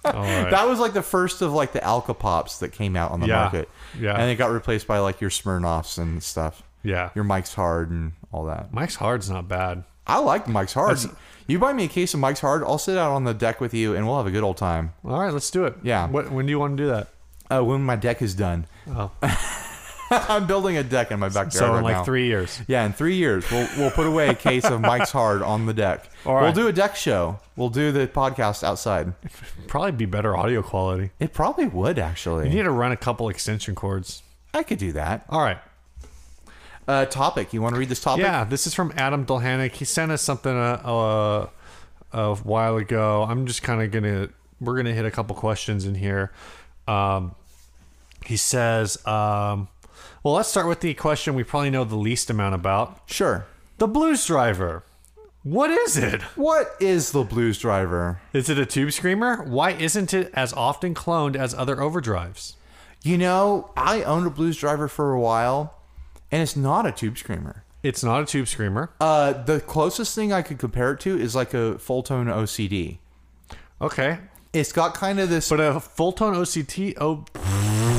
B: All right.
A: That was like the first of like the Alka Pops that came out on the
B: Yeah.
A: market.
B: Yeah.
A: And it got replaced by like your Smirnoffs and stuff.
B: yeah.
A: Your Mike's Hard and all that.
B: Mike's Hard's not bad.
A: I like Mike's Hard.
B: That's-
A: You buy me a case of Mike's Hard, I'll sit out on the deck with you and we'll have a good old time.
B: All right, let's do it.
A: Yeah.
B: What, when do you want to do that?
A: Uh, when my deck is done.
B: Oh.
A: I'm building a deck in my backyard
B: So
A: right
B: in like
A: now.
B: three years.
A: Yeah, in three years, we'll we'll put away a case of Mike's Hard on the deck.
B: All right.
A: We'll do a deck show. We'll do the podcast outside.
B: Probably be better audio quality.
A: It probably would actually.
B: You need to run a couple extension cords.
A: I could do that.
B: All right.
A: Uh, topic. You want to read this topic?
B: Yeah, this is from Adam Dolhanic. He sent us something a, a, a while ago. I'm just kind of gonna we're gonna hit a couple questions in here. Um, he says, um, "Well, let's start with the question we probably know the least amount about:
A: Sure.
B: the blues driver. What is it?
A: What is the blues driver?
B: Is it a tube screamer? Why isn't it as often cloned as other overdrives?
A: You know, I owned a blues driver for a while, and it's not a tube screamer.
B: It's not a tube screamer.
A: Uh, the closest thing I could compare it to is like a full tone OCD.
B: Okay."
A: It's got kind of this.
B: But a full tone OCT, oh,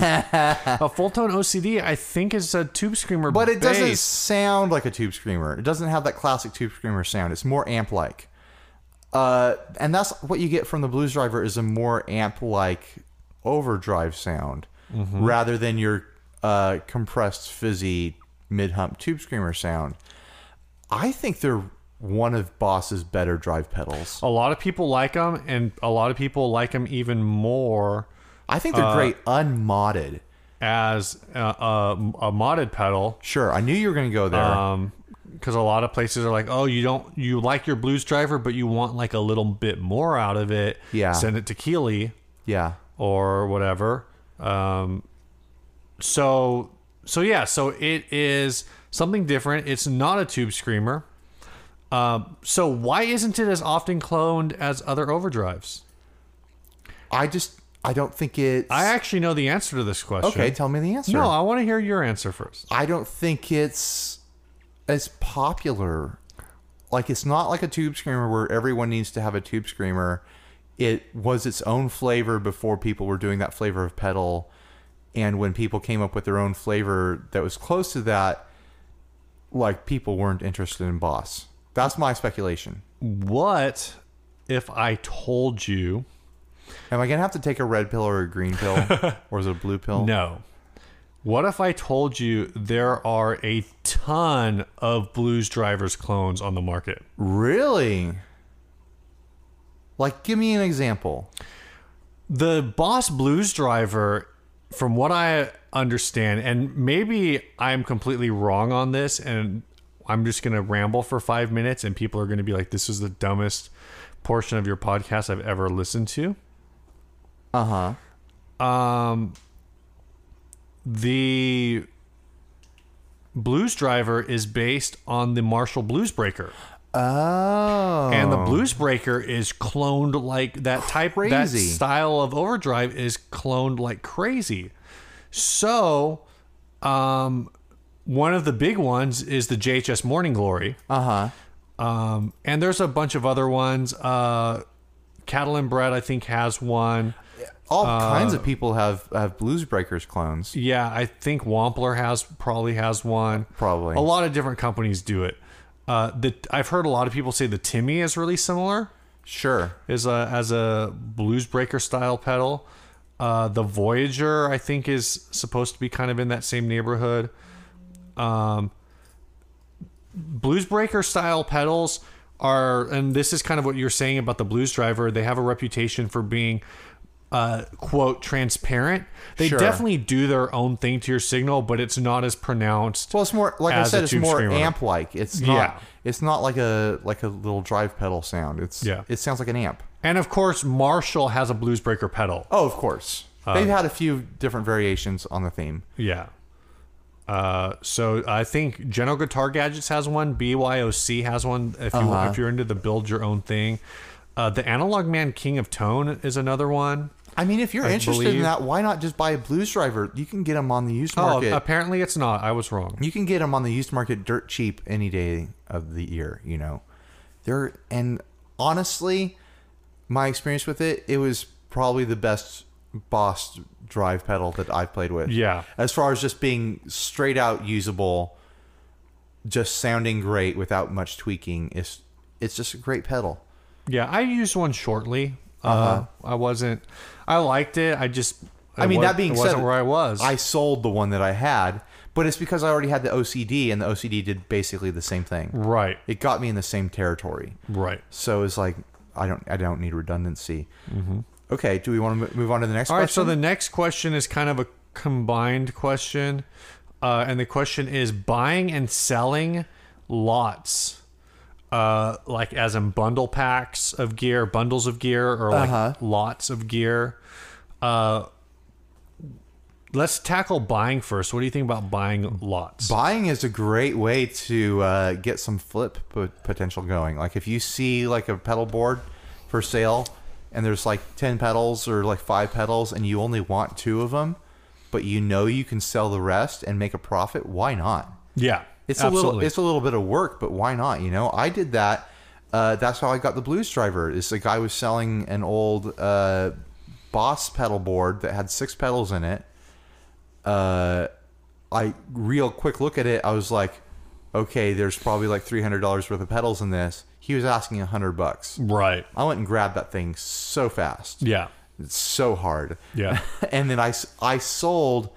B: a full tone OCD, I think is a tube screamer.
A: But it doesn't
B: bass.
A: sound like a tube screamer. It doesn't have that classic tube screamer sound. It's more amp like. Uh, and that's what you get from the blues driver is a more amp like overdrive sound
B: Mm-hmm.
A: rather than your uh, compressed fizzy mid hump tube screamer sound. I think they're one of Boss's better drive pedals.
B: A lot of people like them, and a lot of people like them even more
A: I think
B: Uh,
A: they're great unmodded.
B: as a, a, a modded pedal.
A: Sure, I knew you were going to go there.
B: Um 'cause because a lot of places are like, oh, you don't, you like your blues driver, but you want like a little bit more out of it.
A: Yeah.
B: Send it to Keeley
A: yeah.
B: or whatever. Um, so, so yeah, so it is something different. It's not a tube screamer. Um, so why isn't it as often cloned as other overdrives?
A: I just I don't think it's
B: I actually know the answer to this question.
A: Okay, tell me the answer.
B: No, I want to hear your answer first.
A: I don't think it's as popular. Like it's not like a tube screamer where everyone needs to have a tube screamer. It was its own flavor before people were doing that flavor of pedal. And when people came up with their own flavor that was close to that, like people weren't interested in Boss. That's my speculation.
B: What if I told you
A: Am I gonna have to take a red pill or a green pill, or is it a blue pill?
B: No. What if I told you there are a ton of Blues Drivers clones on the market?
A: Really? Like, give me an example.
B: The Boss Blues Driver, from what I understand, and maybe I'm completely wrong on this, and I'm just going to ramble for five minutes, and people are going to be like, this is the dumbest portion of your podcast I've ever listened to.
A: Uh huh.
B: The Blues Driver is based on the Marshall Blues Breaker.
A: Oh.
B: and the blues breaker is cloned like that type that
A: Crazy.
B: style of overdrive is cloned like crazy so um one of the big ones is the jhs morning glory
A: Uh huh.
B: um and there's a bunch of other ones uh cattle and bread i think has one
A: All
B: Uh,
A: kinds of people have have Blues Breakers clones.
B: yeah i think wampler has probably has one
A: Probably.
B: a lot of different companies do it uh the i've heard a lot of people say the timmy is really similar
A: Sure.
B: is a as a blues breaker style pedal. Uh, the Voyager, I think, is supposed to be kind of in that same neighborhood. Um, blues breaker style pedals are, and this is kind of what you're saying about the blues driver. They have a reputation for being. Uh, quote transparent. They
A: Sure.
B: definitely do their own thing to your signal, but it's not as pronounced.
A: Well, it's more like
B: As
A: I
B: a
A: said. It's
B: tube
A: more
B: screamer.
A: amp like. It's not.
B: Yeah.
A: It's not like a like a little drive pedal sound. It's
B: Yeah.
A: It sounds like an amp.
B: and of course, Marshall has a blues breaker pedal.
A: Oh, of course.
B: Um,
A: They've had a few different variations on the theme.
B: Yeah. Uh, so I think General Guitar Gadgets has one. BYOC has one. If you
A: Uh-huh.
B: if you're into the build your own thing, uh, the Analog Man King of Tone is another one.
A: I mean, if you're interested in
B: believe-
A: that, why not just buy a Blues Driver? You can get them on the used
B: Oh,
A: market.
B: apparently it's not. I was wrong.
A: you can get them on the used market dirt cheap any day of the year you know they're and honestly my experience with it it was probably the best boss drive pedal that i've played with
B: Yeah.
A: as far as just being straight out usable just sounding great without much tweaking it's it's just a great pedal
B: Yeah, I used one shortly. uh I wasn't. I liked it. I just.
A: Uh-huh. I mean,
B: wa-
A: that being
B: it wasn't
A: said,
B: where I was.
A: i sold the one that i had but it's because i already had the ocd and the ocd did basically the same thing
B: right,
A: it got me in the same territory
B: right.
A: So it's like I don't I don't need redundancy. Okay, do we want to move on to the next
B: Mm-hmm. All right,
A: question?
B: so the next question is kind of a combined question. Uh, and the question is buying and selling lots, uh, like as in bundle packs of gear, bundles of gear, or like
A: Uh-huh.
B: lots of gear. Uh, let's tackle buying first. What do you think about buying lots?
A: Buying is a great way to uh, get some flip po- potential going. Like if you see like a pedal board for sale and there's like 10 pedals or like 5 pedals and you only want 2 of them, but you know you can sell the rest and make a profit, why not?
B: yeah.
A: It's a little it's a little bit of work, but why not? You know, I did that. Uh, that's how I got the blues driver. Is the guy was selling an old uh, Boss pedal board that had six pedals in it. Uh, I real quick look at it. I was like, okay, there's probably like three hundred dollars worth of pedals in this. He was asking a hundred bucks.
B: right.
A: I went and grabbed that thing so fast.
B: Yeah.
A: It's so hard.
B: Yeah.
A: and then I, s- I sold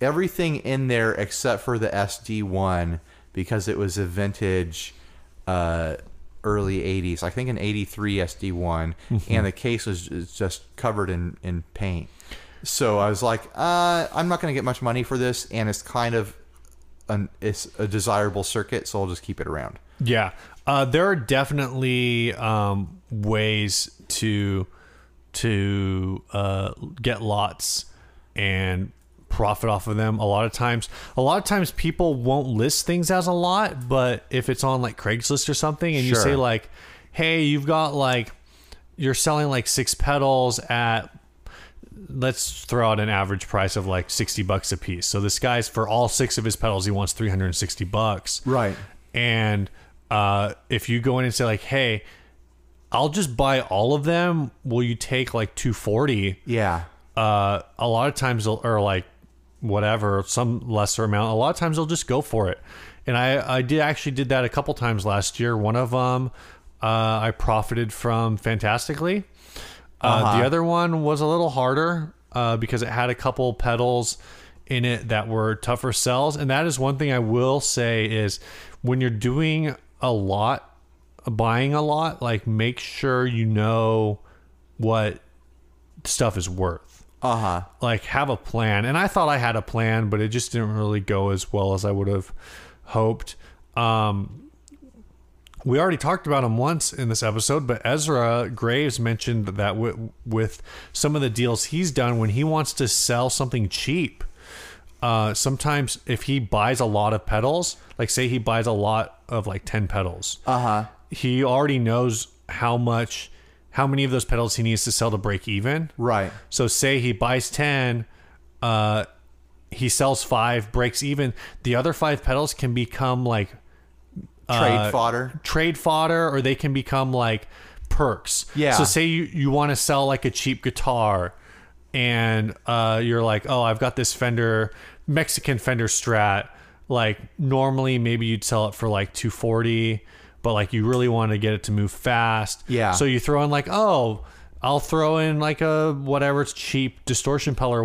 A: everything in there except for the SD1 because it was a vintage uh, early 80s. I think an 83 SD1, and the case was is just covered in, in paint. So I was like, uh, I'm not going to get much money for this, and it's kind of an it's a desirable circuit, so I'll just keep it around.
B: Yeah, uh, there are definitely um, ways to to uh, get lots and profit off of them. A lot of times, a lot of times people won't list things as a lot, but if it's on like Craigslist or something, and you
A: Sure.
B: say like, "Hey, you've got like you're selling like six pedals at." Let's throw out an average price of like 60 bucks a piece. So this guy's for all six of his pedals, he wants 360 bucks
A: Right.
B: and uh, if you go in and say like hey i'll just buy all of them will you take like 240
A: Yeah.
B: uh, a lot of times they'll or like whatever some lesser amount a lot of times they'll just go for it and i i did actually did that a couple times last year one of them uh, i profited from fantastically uh, the other one was a little harder uh, because it had a couple pedals in it that were tougher sells and that is one thing i will say is when you're doing a lot buying a lot like make sure you know what stuff is worth
A: Uh huh.
B: like have a plan and i thought i had a plan but it just didn't really go as well as i would have hoped um we already talked about him once in this episode but ezra graves mentioned that with, with some of the deals he's done when he wants to sell something cheap uh, sometimes if he buys a lot of pedals like say he buys a lot of like 10 pedals
A: Uh huh.
B: he already knows how much how many of those pedals he needs to sell to break even
A: Right.
B: so say he buys 10, uh, he sells five, breaks even. The other five pedals can become like
A: Trade
B: Uh,
A: fodder.
B: trade fodder or they can become like perks.
A: Yeah.
B: So say you, you want to sell like a cheap guitar and uh, you're like, oh, I've got this Fender, Mexican Fender Strat. Like normally maybe you'd sell it for like 240 but like you really want to get it to move fast.
A: Yeah.
B: So you throw in like, oh, I'll throw in like a whatever it's cheap distortion pedal or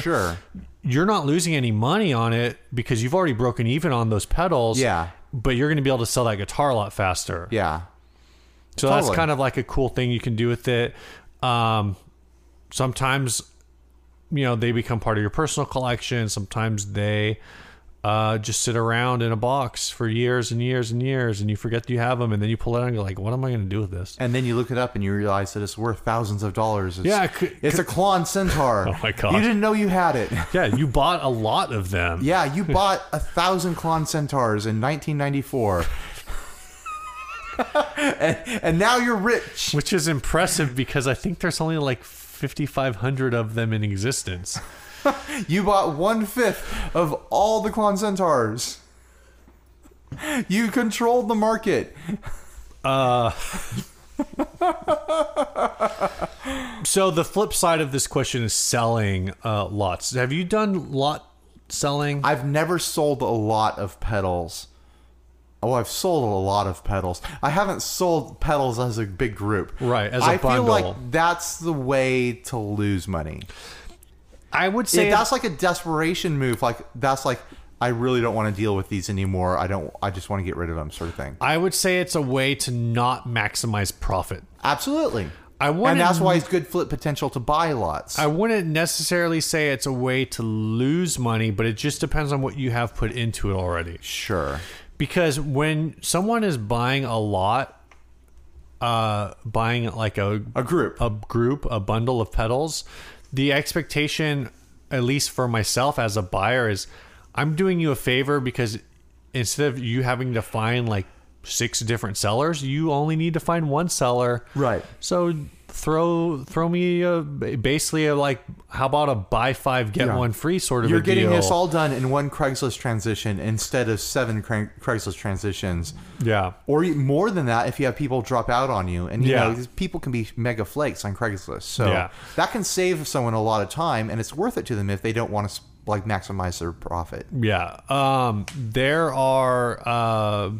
A: Sure. Sure.
B: You're not losing any money on it because you've already broken even on those pedals
A: Yeah.
B: but you're going to be able to sell that guitar a lot faster.
A: Yeah.
B: so
A: totally.
B: that's kind of like a cool thing you can do with it. Um, sometimes, you know, they become part of your personal collection. Sometimes they uh, just sit around in a box for years and years and years, and you forget you have them, and then you pull it out and you're like, "What am I going to do with this?"
A: And then you look it up and you realize that it's worth thousands of dollars. It's,
B: Yeah, it could-
A: it's a Klon Centaur.
B: Oh my God.
A: You didn't know you had it.
B: Yeah, you bought a lot of them.
A: Yeah, you bought a thousand Klon Centaurs in 1994. and, and now you're rich.
B: which is impressive because I think there's only like 5,500 of them in existence.
A: You bought one fifth of all the Klon Centaurs. You controlled the market.
B: So the flip side of this question is selling uh, lots. Have you done lot selling?
A: I've never sold a lot of pedals. Oh, I've sold a lot of pedals. I haven't sold pedals as a big group.
B: Right, as a
A: I
B: bundle.
A: feel like that's the way to lose money.
B: I would
A: Yeah,
B: say
A: that's like a desperation move. Like that's like I really don't want to deal with these anymore. I don't. I just want to get rid of them, sort of thing.
B: I would say it's a way to not maximize profit.
A: Absolutely.
B: I
A: and
B: wouldn't.
A: that's why it's good flip potential to buy lots.
B: I wouldn't necessarily say it's a way to lose money, but it just depends on what you have put into it already.
A: sure.
B: Because when someone is buying a lot, uh, buying like a
A: A group.
B: a group, a bundle of pedals, the expectation, at least for myself as a buyer, is I'm doing you a favor because instead of you having to find like six different sellers, you only need to find one seller.
A: Right.
B: So throw throw me a, basically a like how about a buy five get
A: Yeah.
B: one free sort of
A: You're
B: a
A: getting
B: deal.
A: this all done in one Craigslist transition instead of seven Craig- Craigslist transitions,
B: yeah.
A: or e- more than that if you have people drop out on you. And you
B: Yeah.
A: know, these people can be mega flakes on Craigslist, so
B: Yeah.
A: that can save someone a lot of time, and it's worth it to them if they don't want to like maximize their profit.
B: Yeah. Um there are uh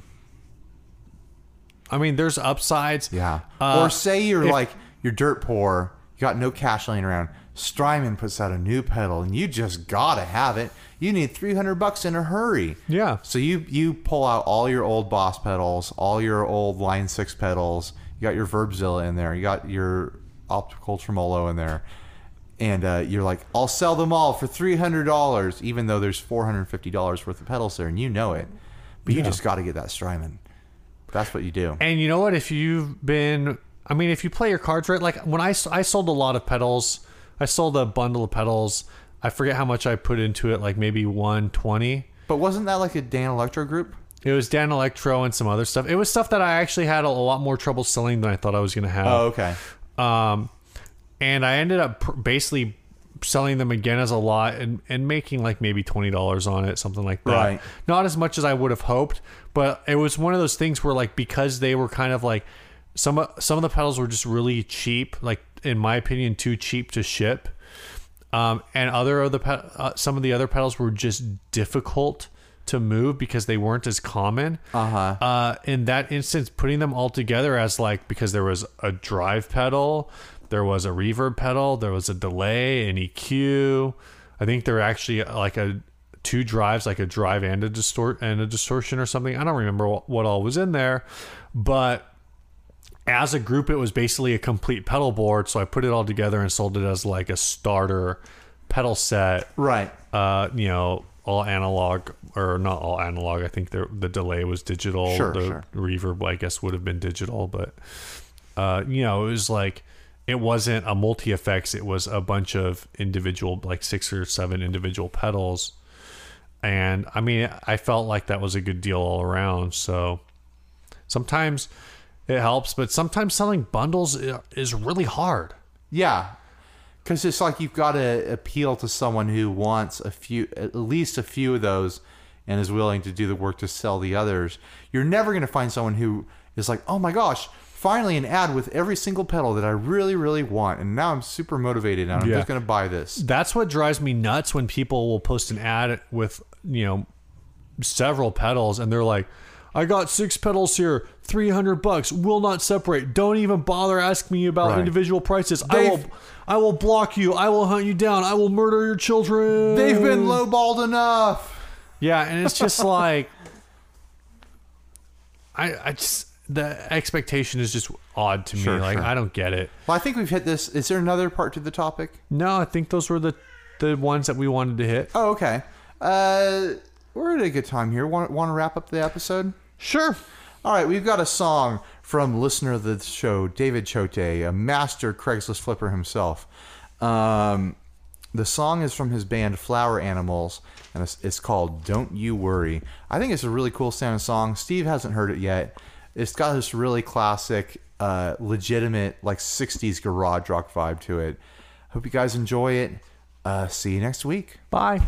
B: I mean there's upsides.
A: Yeah.
B: Uh,
A: or say you're
B: if-
A: like you're dirt poor, you got no cash laying around. Strymon puts out a new pedal, and you just gotta have it. You need 300 bucks in a hurry.
B: Yeah.
A: So you you pull out all your old Boss pedals, all your old Line Six pedals. You got your Verbzilla in there. You got your Optical Tremolo in there, and uh, you're like, I'll sell them all for three hundred dollars, even though there's four hundred fifty dollars worth of pedals there, and you know it. But you just got to get that Strymon. That's what you do.
B: And you know what? If you've been, I mean, if you play your cards right, like when I, s- I sold a lot of pedals, I sold a bundle of pedals. I forget how much I put into it, like maybe 120.
A: But wasn't that like a Dan Electro group?
B: It was Dan Electro and some other stuff. It was stuff that I actually had a lot more trouble selling than I thought I was going to have.
A: Oh, okay.
B: Um, and I ended up pr- basically selling them again as a lot and, and making like maybe $20 on it, something like that.
A: Right.
B: Not as much as I would have hoped, but it was one of those things where like, because they were kind of like some, of- some of the pedals were just really cheap, like in my opinion, too cheap to ship. Um, and other of the, pe- uh, some of the other pedals were just difficult to move because they weren't as common.
A: Uh-huh.
B: Uh, in that instance, putting them all together as like because there was a drive pedal, there was a reverb pedal, there was a delay, an EQ. I think there were actually like a two drives, like a drive and a distort and a distortion or something. I don't remember what, what all was in there, but as a group, it was basically a complete pedal board. So I put it all together and sold it as like a starter pedal set
A: Right.
B: uh, you know, all analog or not all analog. I think the the delay was digital.
A: Sure,
B: the
A: sure.
B: reverb, I guess, would have been digital, but uh, you know, it was like it wasn't a multi effects. It was a bunch of individual, like six or seven individual pedals. And I mean, I felt like that was a good deal all around. So sometimes it helps, but sometimes selling bundles i- is really hard.
A: Yeah. Because it's like you've got to appeal to someone who wants a few, at least a few of those, and is willing to do the work to sell the others. You're never going to find someone who is like, oh my gosh, finally an ad with every single pedal that I really, really want, and now I'm super motivated and I'm
B: Yeah.
A: just going to buy this.
B: that's what drives me nuts when people will post an ad with you know several pedals and they're like i got six pedals here 300 bucks will not separate don't even bother asking me about
A: Right.
B: individual prices i will
A: They've-
B: i will block you i will hunt you down i will murder your children
A: They've been lowballed enough.
B: yeah and it's just like i i just the expectation is just odd to me
A: Sure,
B: like
A: sure.
B: i don't get it
A: Well, I think we've hit this. Is there another part to the topic?
B: no i think those were the the ones that we wanted to hit
A: Oh, okay. Uh, we're at a good time here. Want, want to wrap up the episode?
B: sure
A: All right, we've got a song from listener of the show, David Chote, a master Craigslist flipper himself. Um, the song is from his band Flower Animals, and it's, it's called Don't You Worry. I think it's a really cool sounding song. Steve hasn't heard it yet. It's got this really classic, uh, legitimate, like 60s garage rock vibe to it. Hope you guys enjoy it. Uh, see you next week.
B: bye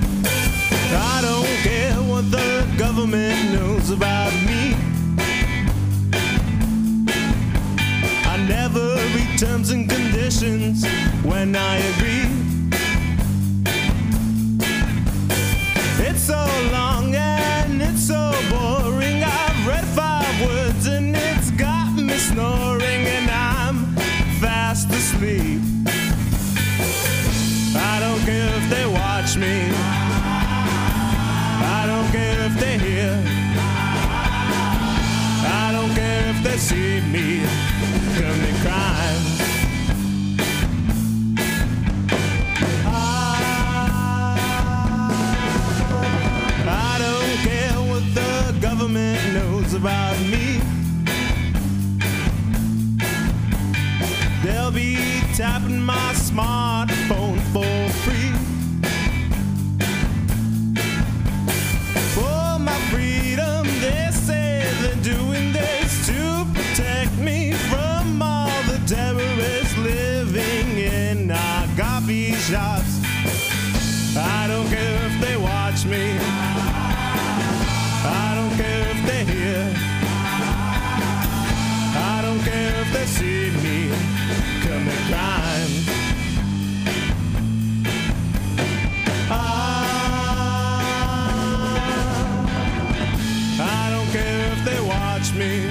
C: I don't care what the government knows about me. I never read terms and conditions when I agree. It's so long and it's so boring. I've read five words and it's got me snoring, and I'm fast asleep. I don't care if they watch me. I don't care if they hear. I don't care if they see me commit crime. I- I don't care what the government knows about me. They'll be tapping my smartphone for free. For my freedom shots. I don't care if they watch me. I don't care if they hear. I don't care if they see me commit crime. Ah. I, I don't care if they watch me.